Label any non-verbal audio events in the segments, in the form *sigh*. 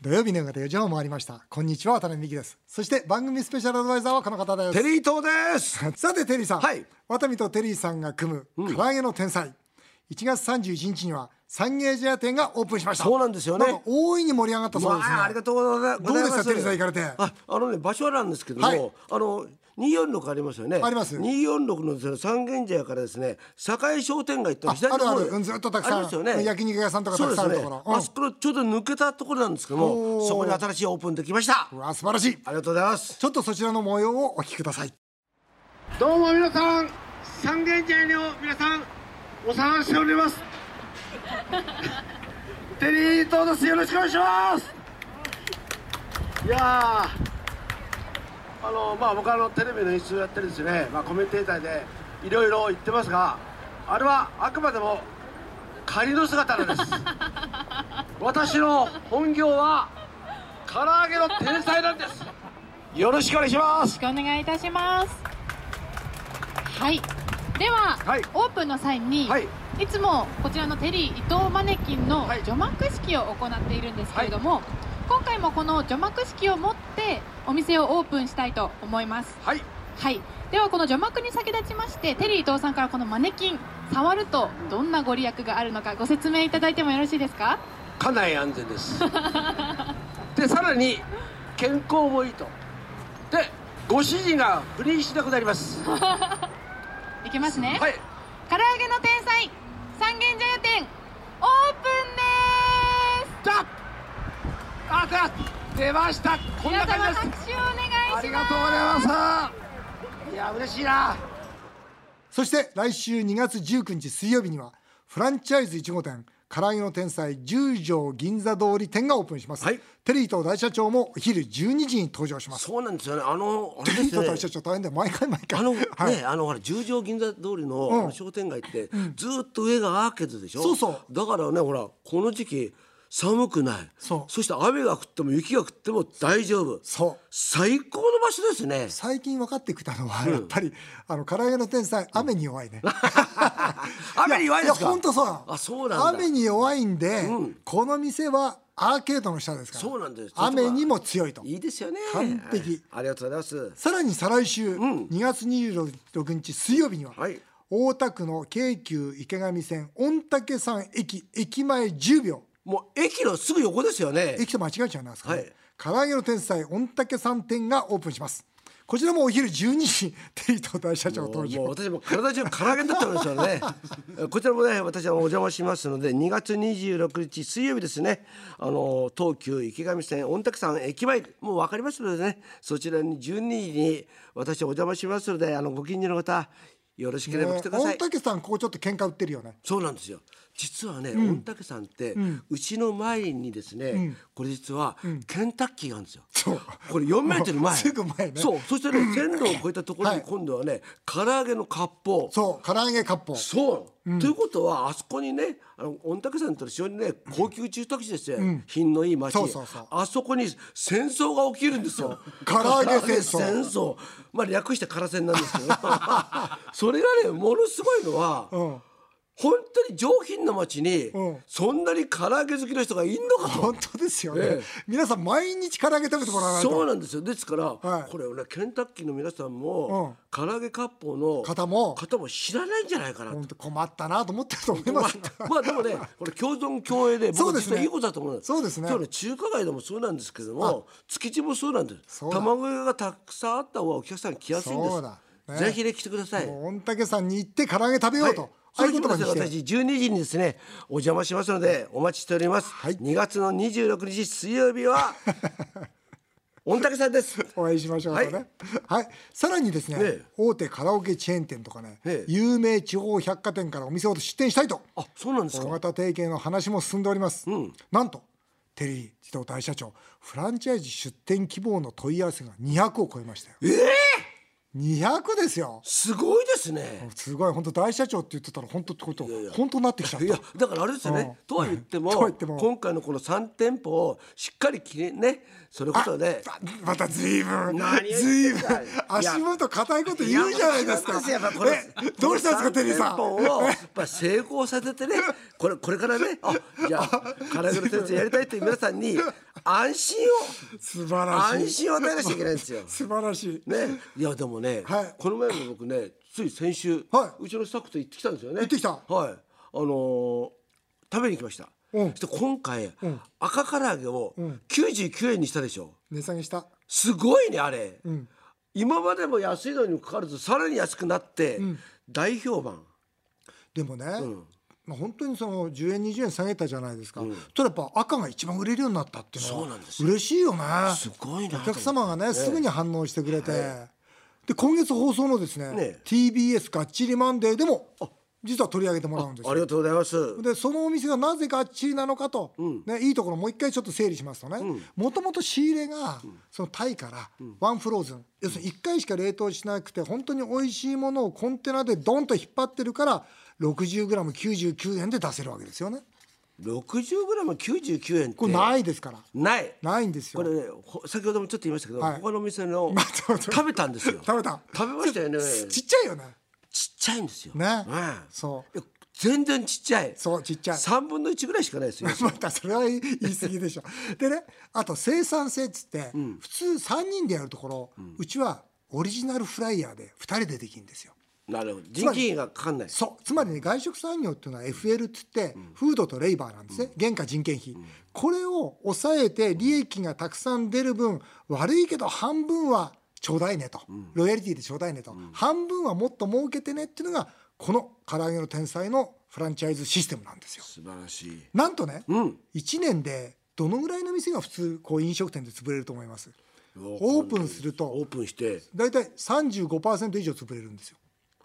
土曜日の夕方4時半を回りましたこんにちは渡辺美希ですそして番組スペシャルアドバイザーはこの方です *laughs* テリー東です。さてテリーさん、はい渡美とテリーさんが組む唐揚げの天才、1月31日にはサンゲージア店がオープンしましたそうなんですよねなんか大いに盛り上がったそうですね、まあ、ありがとうございます。どうでしたテリーさん行かれてあ、あのね、場所なんですけども、はいあの。246ありますよね。あります246のですね三軒茶屋からですね、栄商店街ってあ左あのるあ方るにうんずっとたくさんありますよね。焼肉屋さんとかたくさんあるところそうですねうんあそこのちょうど抜けたところなんですけどおーも、そこに新しいオープンできました。あうわ素晴らしいりがとうございます。ちょっとそちらの模様をお聞きくださいどうも皆さん、三軒茶屋の皆さん、お騒がせしており *laughs* ます。テリー東です。よろしくお願いします。いやー、あのまあ僕あのテレビの演出をやってるんですね。まあコメンテーターでいろいろ言ってますが、あれはあくまでも仮の姿なん *laughs* です。私の本業は唐揚げの天才なんです。よろしくお願いします。よろしくお願いいたしますはいでは、はいオープンの際に、はいい、つもこちらのテリー伊藤マネキンのはい除幕式を行っているんですけれども、今回もこの除幕式を持ってお店をオープンしたいと思いますはい。はいではこの除幕に先立ちましてテリー伊藤さんからこのマネキン触るとどんなご利益があるのかご説明いただいてもよろしいですか家内安全ですでさらに健康もいいとでご主人が不倫しなくなりますはいきますねい唐揚げの天才三軒茶屋店オープンですだあだ出ましたこん皆な様感じ拍です手をお願あいしりまがすとうございますいや嬉しいなそして来週2月19日水曜日にはフランチャイズ1号店唐揚げの天才十条銀座通り店がオープンします、はいテリーと大社長もお昼12時に登場しますそうなんですよね。あの、あテれでリーすとね大社長大変だよ毎回毎回あの、はいね、あのほら十条銀座通りの,、んあの商店街って、ずーっと上がアーケードでしょそうそうだからねほらこの時期寒くないそうして雨が降っても雪が降っても大丈夫そう最高の場所ですね最近分かってきたのはやっぱり、あの唐揚げの天才雨に弱いね雨に弱いですやか本当そうなのあそうなんだ雨に弱いんで、うんこの店はアーケードの下ですからそうなんです雨にも強いといいですよね完璧はいありがとうございますさらに再来週、ん2月26日水曜日には、はい大田区の京急池上線御嶽山駅駅前10秒もう駅のすぐ横ですよね駅と間違えちゃうんですかね、はい唐揚げの天才御嶽山店がオープンしますこちらもお昼12時テリーと大社長もう登もう場私も体中から揚げになってますよねこちらもね私はお邪魔しますので2月26日水曜日ですねあの東急池上線御嶽山駅前もう分かりますのでねそちらに12時に私はお邪魔しますのであのご近所の方よろしければ来てくだ御さい、嶽山ここちょっと喧嘩売ってるよねそうなんですよ実はね、御嶽山って、うちの前にですね、これ実は、ケンタッキーがあるんですよそうこれ4メートル前すぐ前ねそうそしてね線路を越えたところはにい今度はね、唐揚げの割烹そう唐揚げ割烹そう、ということはあそこにねあの御嶽山と非常にね高級住宅地ですよ、品のいい町そうそうそうあそこに戦争が起きるんですよ唐揚げ戦争唐揚げ戦争まあ略して唐戦なんです *laughs* けどそれがねものすごいのは、ん本当に上品な町に、うんそんなに唐揚げ好きの人がいんのかと本当ですよね、ええ皆さん毎日唐揚げ食べてもらわないとそうなんですよですから、はいこれをねケンタッキーの皆さんも、唐揚げ割烹の方も方も知らないんじゃないかなと本当困ったなと思ってると思いままあす、まあでもね、これ共存共栄で、そう僕です実ねはいいことだと思うんです。そうですね今日ね、中華街でもそうなんですけども、築地もそうなんです。そうだ卵屋がたくさんあった方がお客さん来やすいんでそうだねす。ぜひね、来てください。もう御嶽山に行って唐揚げ食べようと、そうああいういう言こと葉にですしねて私12時にですねお邪魔しますのでお待ちしております、はい2月の26日水曜日は御嶽さんですお会いしましょうとね、はいさらにですね、ええ大手カラオケチェーン店とかね、ええ有名地方百貨店からお店を出店したいとあそうなんです大か型提携の話も進んでおります、なんとテリー伊藤大社長フランチャイズ出店希望の問い合わせが200を超えましたよえ200ですよすごいですねすごい本当大社長って言ってたら本当ってこと本当になってきちゃったいやだからあれですよねう。んとは言ってもとは言っても今回のこの3店舗をしっかりきれねそれこそねあまたずいぶん何を言ってんだずいぶんいや足元硬いこと言うじゃないですかや私はやっぱこれえどうしたんですかテリーさんこの三店舗をやっぱ成功させてねこれこれからねあじゃあ唐揚げの先生やりたいという皆さんに安心を素晴らしい安心を与えなきゃいけないんですよ。素晴らしい *laughs* ね、 *laughs* いやでもね、はいこの前も僕ねつい先週、はいうちのスタッフと行ってきたんですよね行ってきたはいあのー食べに行きました、うんそして今回、赤唐揚げを99円にしたでしょ値下げしたすごいねあれ、ん今までも安いのにもかかわらずさらに安くなって、大評判でもね、まあ、本当にその10円20円下げたじゃないですか、それやっぱ赤が一番売れるようになったっていうのそうはなんです嬉しいよねすごいなと思っおて客様がねすぐに反応してくれて、で今月放送のですねね TBS がっちりマンデーでも実は取り上げてもらうんですあよりがとうございますでそのお店がなぜがっちりなのかと、ね、いいところもう一回ちょっと整理しますとねもともと仕入れがそのタイからワンフローズン、要するに1回しか冷凍しなくて本当に美味しいものをコンテナでドンと引っ張ってるから 60g99 円で出せるわけですよね 60g99 円ってこれないですから、ないないんですよこれねほ先ほどもちょっと言いましたけど、はい他のお *laughs* 店のまあちょっと食べたんですよ食べた食べましたよねちちっちゃいよねちっちゃいんですよねえそういや全然ちっちゃいそうちっちゃい3分の1ぐらいしかない *laughs* ですよまたそれは言い過ぎでしょでねあと生産性っつって、普通3人でやるところ、うちはオリジナルフライヤーで2人でできるんですよなるほど人件費がかかんないそうつまりね外食産業っていうのは FL っつって、フードとレイバーなんですね、原価人件費、これを抑えて利益がたくさん出る分悪いけど半分はちょうだいねと、ロイヤリティでちょうだいねと、半分はもっと儲けてねっていうのがこの唐揚げの天才のフランチャイズシステムなんですよ素晴らしいなんとね、うん1年でどのぐらいの店が普通こう飲食店で潰れると思いますオープンするオーとプンして大体35%以上潰れるんですよあ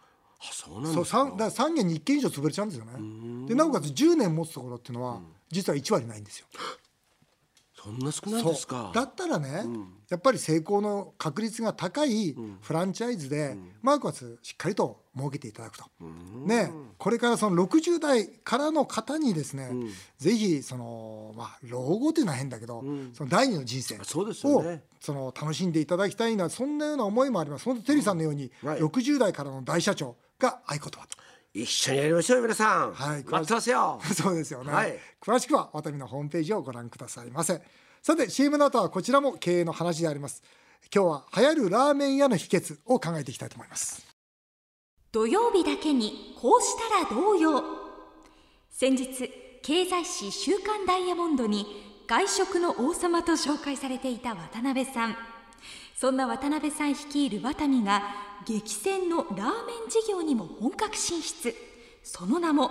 そうなんそうです三だから三軒に1軒以上潰れちゃうんですよねでなおかつ10年持つところっていうのは実は1割ないんですよそんな少ないですかだったらね、やっぱり成功の確率が高いフランチャイズで、マークはしっかりと儲けていただくと、ね、これからその60代からの方にですね、ぜひその、まあ、老後というのは変だけど、その第二の人生をそうですよねその楽しんでいただきたいなそんなような思いもあります本当テリーさんのように、はい60代からの大社長が合言葉と。 *laughs* 一緒にやりましょうよ皆さん、はい待ってますよそうですよね、はい詳しくはワタミのホームページをご覧くださいませさて CM の後はこちらも経営の話であります今日は流行るラーメン屋の秘訣を考えていきたいと思います土曜日だけにこうしたらどうよ先日経済誌「週刊ダイヤモンド」に外食の王様と紹介されていた渡辺さんそんな渡辺さん率いるワタミが激戦のラーメン事業にも本格進出その名も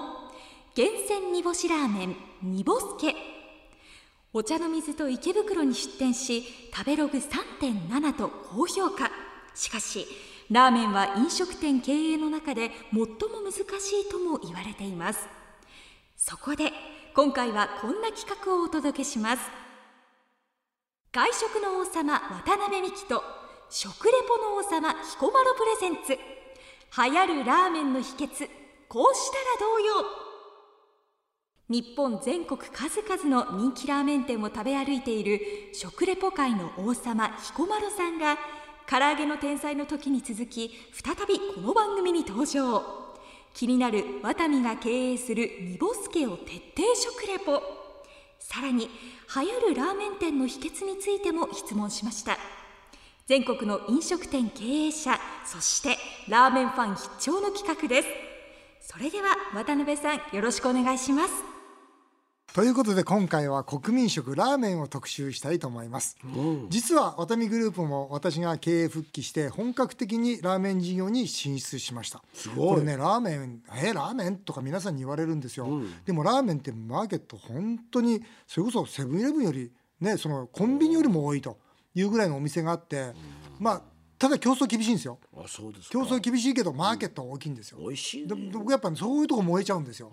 厳選煮干しラーメン煮干すけお茶の水と池袋に出店し食べログ3.7と高評価しかしラーメンは飲食店経営の中で最も難しいとも言われていますそこで今回はこんな企画をお届けします外食の王様渡辺美樹と食レポの王様彦摩呂プレゼンツ流行るラーメンの秘訣こうしたらどうよ日本全国数々の人気ラーメン店を食べ歩いている食レポ界の王様彦摩呂さんが唐揚げの天才の時に続き再びこの番組に登場気になるワタミが経営する煮干すけを徹底食レポさらに流行るラーメン店の秘訣についても質問しました全国の飲食店経営者そしてラーメンファン必聴の企画ですそれでは渡辺さんよろしくお願いしますということで今回は国民食ラーメンを特集したいと思います、実はワタミグループも私が経営復帰して本格的にラーメン事業に進出しましたごこいれねラーメンえラーメンとか皆さんに言われるんですよ、でもラーメンってマーケット本当にそれこそセブンイレブンよりねそのコンビニよりも多いというぐらいのお店があってまあただ競争厳しいんですよあそうですか競争厳しいけどマーケットは大きいんですよ、美味しいでね僕やっぱそういうとこ燃えちゃうんですよ、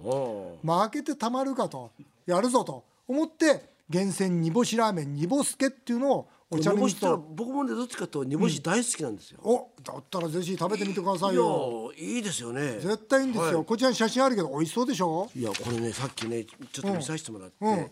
うん負けてたまるかとやるぞと思って厳選煮干しラーメン煮干すけっていうのをお煮茶に干水しってのはと僕もねどっちかというと煮干し大好きなんですよ、おだったらぜひ食べてみてくださいいよやいいですよね絶対いいんですよ、こちらに写真あるけど美味しそうでしょいやこれねさっきねちょっと見させてもらって、うん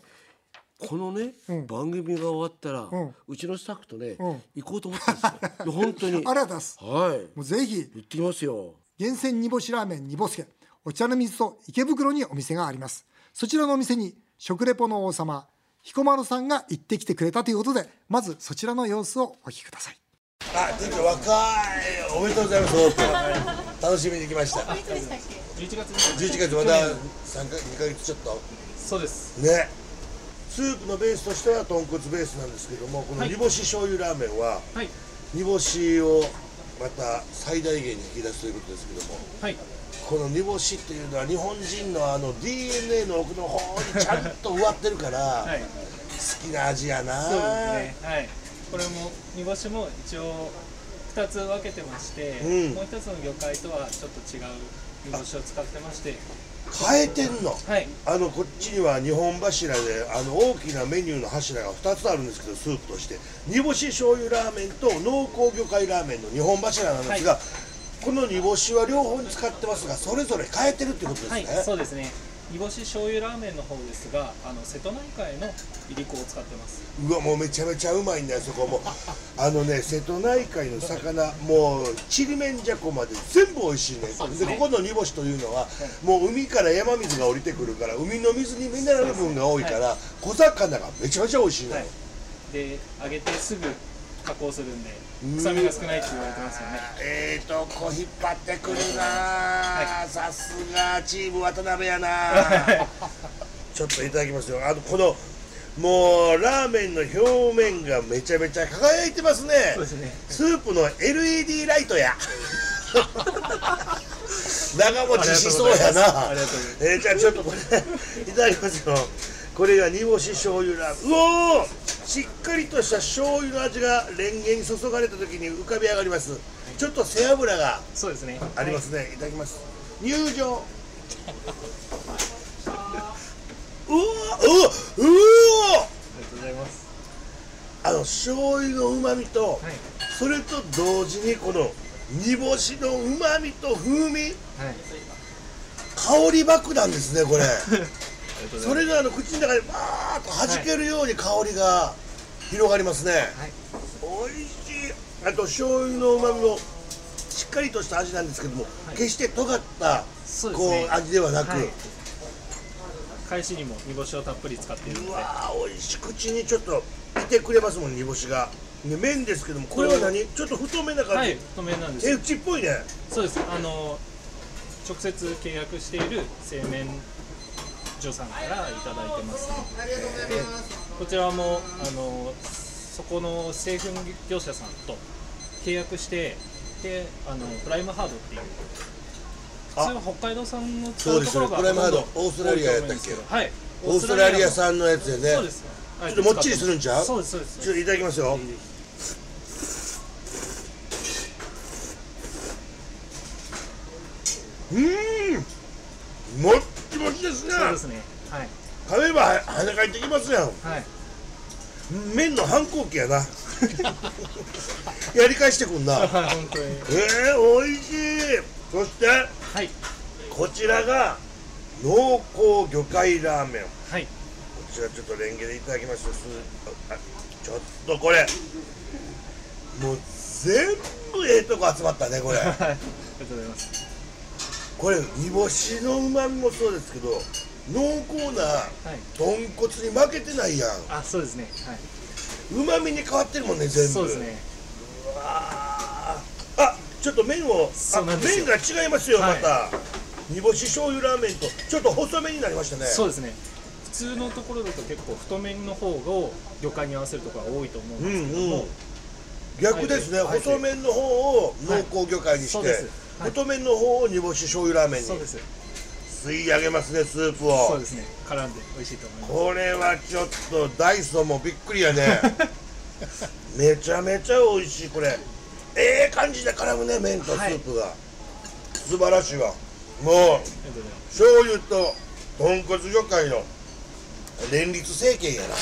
このね、ん番組が終わったら、うんちのスタッフとね、うん行こうと思ったんですよいや本当 *laughs* にあら出すはいもうぜひ行ってきますよ厳選煮干しラーメン煮干すけお茶の水と池袋にお店がありますそちらのお店に食レポの王様彦摩呂さんが行ってきてくれたということでまずそちらの様子をお聞きくださいあ、店長若いおめでとうございますどうぞ楽しみに来ました11月に11月まだ3か2ヶ月ちょっとそうですねスープのベースとしては豚骨ベースなんですけどもこの煮干し醤油ラーメンははい煮干しをまた最大限に引き出すということですけどもはいこの煮干しっていうのは日本人のあの DNA の奥の方にちゃんと植わってるから、はい好きな味やなそうですねはいこれも煮干しも一応2つ分けてまして、うんもう1つの魚介とはちょっと違う煮干しを使ってまして変えてんのはいあのこっちには日本柱であの大きなメニューの柱が2つあるんですけどスープとして煮干し醤油ラーメンと濃厚魚介ラーメンの日本柱なんですが、はこの煮干しは両方に使ってますがそれぞれ変えてるってことですね、はいそうですね煮干し醤油ラーメンの方ですがあの瀬戸内海のいりこを使ってますうわもうめちゃめちゃうまいんだよそこも *laughs* あのね瀬戸内海の魚もうちりめんじゃこまで全部美味しいねそうでですねここの煮干しというのはもう海から山水が降りてくるから海の水にミネラル分が多いから、小魚がめちゃめちゃ美味しいのよ、はいで揚げてすぐ加工するんで臭みが少ないって言われてますよねええとこ引っ張ってくるな、はさすがチーム渡辺 *laughs* やなちょっといただきますよあのこのもうラーメンの表面がめちゃめちゃ輝いてますねそうですねスープの LED ライトや長持ちしそうやなありがとうございますえーじゃあちょっとこれいただきますよこれが煮干し醤油ラーメンうおーしっかりとした醤油の味がレンゲに注がれた時に浮かび上がりますちょっと背脂がそうですねありますね、い、ただきます入場うおーうおうおーありがとうございますあの醤油のうまみと、はいそれと同時にこの煮干しのうまみと風味はい香り爆弾ですねこれありがとうございますそれがあの口の中でバーッと弾けるように香りが広がりますね、はい美味しいあと醤油のうまみもしっかりとした味なんですけども、決して尖ったそうですこねう味ではなく、はい返しにも煮干しをたっぷり使っているのうでわー美味しい口にちょっといてくれますもん煮干しが、ね、麺ですけどもこれは何ちょっと太めな感はじ、い太麺なんです手打ちっぽいねそうですあの直接契約している製麺所さんからいただいてますでこちらもあのそこの製粉業者さんと契約してであのプライムハードっていうあ普通は北海道産のそうですよねプライムハードほとんどオーストラリアやったっけ多いと思うんですどはいオーストラリアん産のやつでねそうですちょちょっともっちりするんちゃうそうですそうですちょっといただきますようーんもっちもちですねそうですねはい食べればは鼻がいてきますやんはい麺の反抗期 *laughs* やなやり返してくんなえはい本当にー、美味しいそしてはいこちらが濃厚魚介ラーメンはいこちらちょっとレンゲでいただきましょうすあちょっとこれもう全部ええとこ集まったねこれはいありがとうございますこれ煮干しのうまみもそうですけど濃厚なはい豚骨に負けてないやんあそうですねはいうまみに変わってるもんね全部そうですねあーあちょっと麺をあそうなんです麺よが違いますよまはいた、煮干し醤油ラーメンとちょっと細めになりましたねそうですね普通のところだと結構太麺の方を魚介に合わせるところが多いと思うんうでんすけどうも、ん逆ですね、はい細麺の方を濃厚魚介にして、はいそうですはい太麺の方を煮干し醤油ラーメンにそうです吸い上げますねスープそうをですね絡んで美味しいと思いますこれはちょっとダイソーもびっくりや *laughs* ねめちゃめちゃ美味しいこれええ感じで絡むね麺とスープが、素晴らしいわもうありがとうございます醤油と豚骨魚介の連立政権やな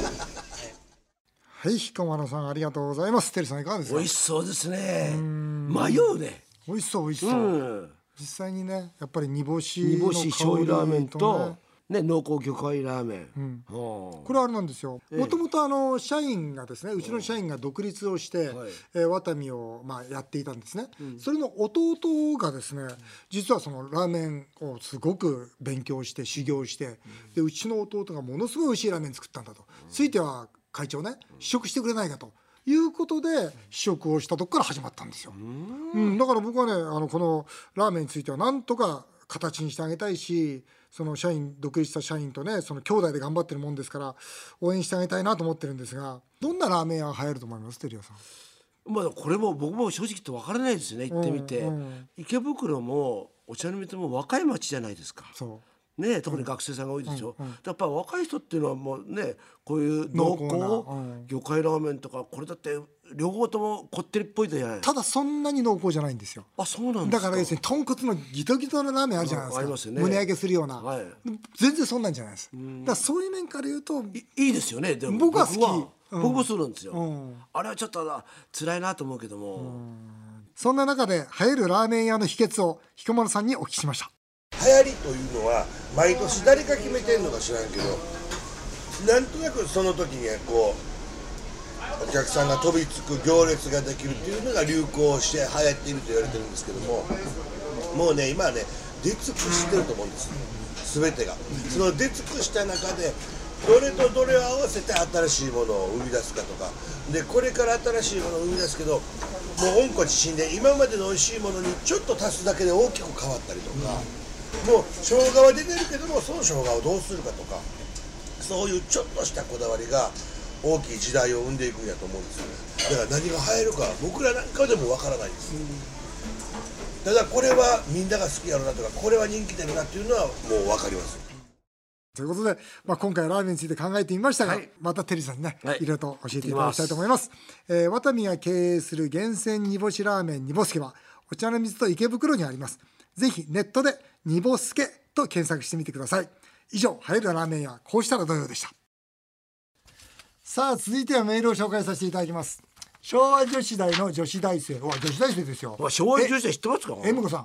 はい彦摩呂さんありがとうございますテリーさんいかがです美か味しそうですね迷うね美味しそう美味しうそう、ん実際にねやっぱり煮干し煮の干し醤油ラーメン香りとねね濃厚魚介ラーメン、んはこあれはあれなんですよもともとあの社員がですねうちの社員が独立をして、はいえーワタミをまあやっていたんですね、それの弟がですね実はそのラーメンをすごく勉強して修行して、うでうちの弟がものすごい美味しいラーメン作ったんだと、ついては会長ね試食してくれないかと。いうことで試食をしたとこから始まったんですよ、うん、だから僕はねあのこのラーメンについてはなんとか形にしてあげたいしその社員独立した社員とねその兄弟で頑張ってるもんですから応援してあげたいなと思ってるんですがどんなラーメン屋が流行ると思いますテリアさんまあこれも僕も正直言って分からないですよね行ってみて、うんう池袋もお茶の水も若い町じゃないですかそねえ特に学生さんが多いでしょ、やっぱり若い人っていうのはもうねこういう濃厚濃厚なうん魚介ラーメンとかこれだって両方ともこってりっぽいじゃないうただそんなに濃厚じゃないんですよあそうなんでだすかから要するに豚骨のギトギトのラーメンあるじゃないですうんあか、りますよね胸焼けするような、はい全然そんなんじゃないですだからそういう面から言うといいいですよねでも僕は好き僕うん僕もそうなんですよ、うんあれはちょっとな辛いなと思うけども、そんな中で流行るラーメン屋の秘訣を彦摩呂さんにお聞きしました流行りというのは毎年誰が決めてんのか知らんけどなんとなくその時にはこうお客さんが飛びつく行列ができるっていうのが流行して流行っていると言われてるんですけどももうね今はね出尽くしてると思うんです全てがその出尽くした中でどれとどれを合わせて新しいものを生み出すかとかでこれから新しいものを生み出すけどもう温故知新で今までの美味しいものにちょっと足すだけで大きく変わったりとか、もう生姜は出てるけどもその生姜をどうするかとかそういうちょっとしたこだわりが大きい時代を生んでいくんやと思うんですよねだから何が流行るか僕らなんかでもわからないですただこれはみんなが好きやろなとかこれは人気だろなっていうのはもうわかりますということで、まあ、今回はラーメンについて考えてみましたが、はいまたテリーさんにね、はいい、ろいろと教えていただきたいと思いますえーワタミが経営する厳選煮干しラーメン煮干すけはお茶の水と池袋にありますぜひネットで煮干すけと検索してみてください以上流行るラーメン屋こうしたらどうようでしたさあ続いてはメールを紹介させていただきます昭和女子大の女子大生うわ女子大生ですよまあ、昭和女子は知ってますかえむこさん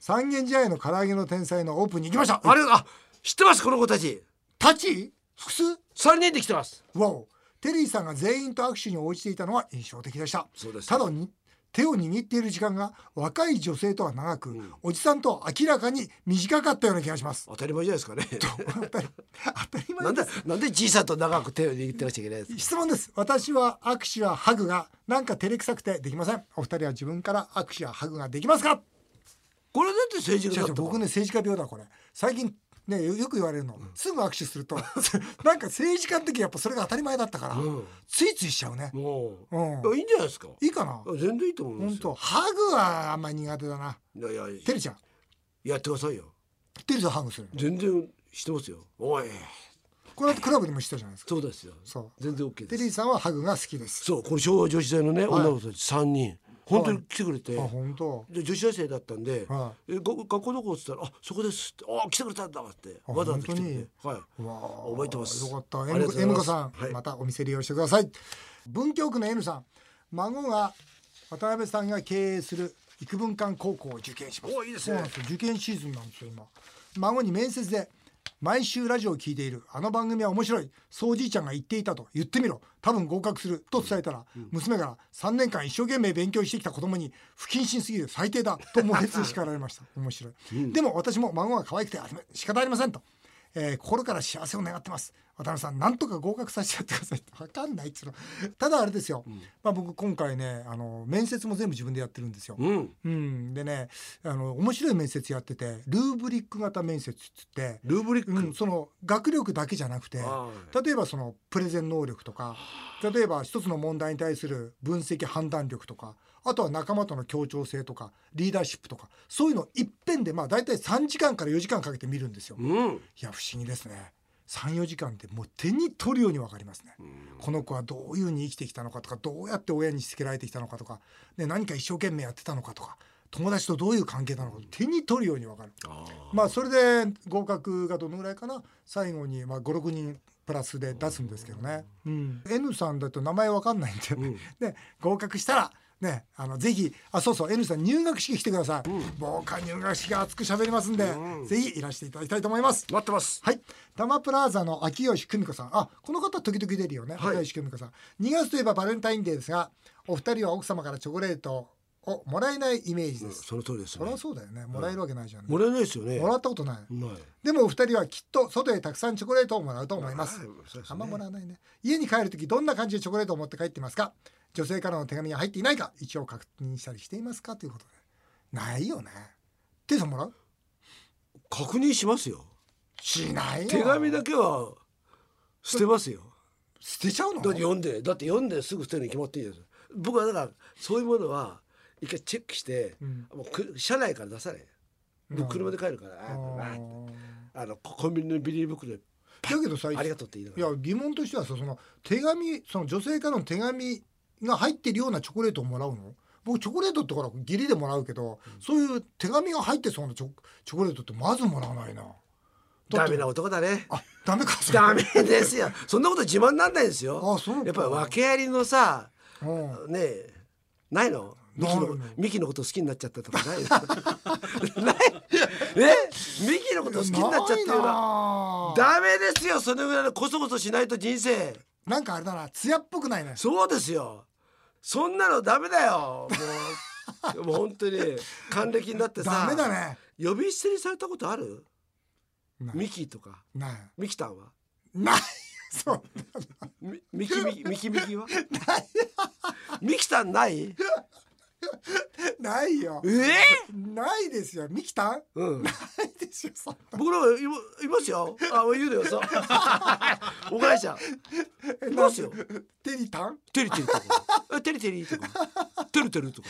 三軒茶屋の唐揚げの天才のオープンに行きましたあれあ知ってますこの子たち立ち複数三人で来てますわおテリーさんが全員と握手に応じていたのは印象的でしたそうですただに手を握っている時間が若い女性とは長く、おじさんとは明らかに短かったような気がし *laughs* ます当たり前じゃないですかね当たり当たりな前んでですなんでじいさんと長く手を握ってなくちゃいけないんですか質問です私は握手やハグがなんか照れくさくてできませんお二人は自分から握手やハグができますかこれだって政治違家うだ違うった僕ね政治家病だこれ最近ねよよく言われるの、すぐ握手すると *laughs* なんか政治家の時やっぱそれが当たり前だったから、ついついしちゃうねもう、ういやいいんじゃないですかいいかな全然いいと思いま本す当よハグはあんまり苦手だないやいやてるちゃんやってくださいよてるちゃんハグするの全然してますよおいこの後クラブでもしたじゃないですかそうですよそう全然 OK テリですーさんはハグが好きですそうこの昭和女子大のね、女の子たち三人本当に来てくれて、あ本当で女子大生だったんで、はえご学校どこっつったら「あそこです」って「あ来てくれたんだ」ってわざわざ来てくれてはい覚えてますよかったありがとうござい M ま子すさん、はいまたお店利用してください文京区の N さん孫が渡辺さんが経営する育文館高校を受験しますおいいですそうねなんですよ受験シーズンなんですよ今孫に面接で毎週ラジオを聞いているあの番組は面白いそうじいちゃんが言っていたと言ってみろ多分合格すると伝えたら、娘から3年間一生懸命勉強してきた子供に不謹慎すぎる最低だと猛烈に叱られました面白い、でも私も孫が可愛くてありま仕方ありませんと、えー心から幸せを願ってます渡辺さんなんとか合格させてやってくださいって分かんないっつうのただあれですよ、まあ、僕今回ねあの面接も全部自分でやってるんですよ、うんうん、でねあの面白い面接やっててルーブリック型面接っつって、ルーブリック、うん、その学力だけじゃなくては例えばそのプレゼン能力とか例えば一つの問題に対する分析判断力とかあとは仲間との協調性とかリーダーシップとかそういうの一遍でまあ大体3時間から4時間かけて見るんですよ。うんいや不思議ですね34時間ってもう手に取るように分かりますね、この子はどういうふうに生きてきたのかとかどうやって親にしつけられてきたのかとか、ね、何か一生懸命やってたのかとか友達とどういう関係なのか手に取るように分かる、まあそれで合格がどのぐらいかな最後にまあ56人プラスで出すんですけどね、うん N さんだと名前分かんないんで、ね合格したらね、あのぜひあそうそう N さん入学式来てください、僕は入学式熱く喋りますんで、ぜひいらしていただきたいと思います待ってますはいタマプラザの秋吉久美子さんあこの方時々出るよね、秋吉久美子さん2月といえばバレンタインデーですがお二人は奥様からチョコレートをもらえないイメージです、その通りですそりねゃそうだよねもらえるわけないじゃん、もらえないですよねもらったことない、ないでもお二人はきっと外へたくさんチョコレートをもらうと思います。はいそうですねあんまもらわないね。家に帰るときどんな感じでチョコレートを持って帰ってますか女性からの手紙が入っていないか一応確認したりしていますかということで。ないよね。手さんもらう確認しますよしないよ。手紙だけは捨てますよ捨てちゃうのだって読んでだって読んですぐ捨てるに決まっていいです僕はだからそういうものは一回チェックして、うんもうく車内から出さない僕車で帰るから、あーああのココンビニのビニール袋でだけどさ、ありがとうって言いいながや疑問としてはさその手紙その女性からの手紙が入ってるようなチョコレートをもらうの僕チョコレートってほら義理でもらうけど、そういう手紙が入ってそうなチョチョコレートってまずもらわないならダメな男だねあダメかそれダメですよそんなこと自慢なんないですよあそうかやっぱり訳ありのさうんねえないのミないキののミキのこと好きになっちゃったとかないのないねミキのこと好きになっちゃったようななダメですよそのぐらいのコソコソしないと人生なんかあれだな艶っぽくないねそうですよそんなのダメだよ *laughs* もうもう本当に還暦になってダさメだね呼び捨てにされたことあるないミキとかないミキタンはない *laughs* そうミミキミ *laughs* キミキミキはミキタンないないよえー、ないですよミキタンうんないですよそんな僕らいまいますよあ言うのよ *laughs* そうお母ちゃんいますよ *laughs* テリタンテリテリとかえテリテリとかテルテル *laughs* とか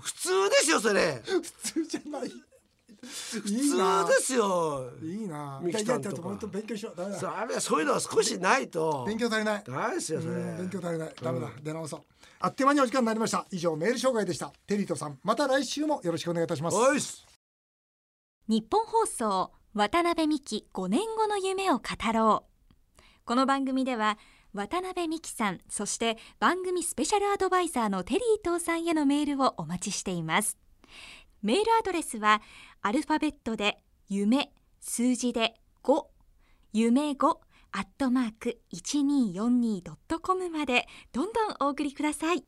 普通ですよそれ普通じゃないいい普な通ですよいいなミキタンいやいやとか本当勉強しようダメだダメだそういうのは少しないと勉強足りないダメですよそれうん勉強足りないダメだ出直そうあっという間にお時間になりました以上メール紹介でしたテリーとさんまた来週もよろしくお願いいたしますおいっす日本放送渡辺美希5年後の夢を語ろうこの番組では渡辺美希さんそして番組スペシャルアドバイザーのテリー東さんへのメールをお待ちしていますメールアドレスはアルファベットで夢数字で5夢5アットマーク 1242.com までどんどんお送りください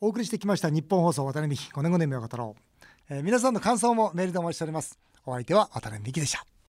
お送りしてきました日本放送渡辺美希5年5年目を語ろう、えー皆さんの感想もメールでお待ちしておりますお相手は渡辺美希でした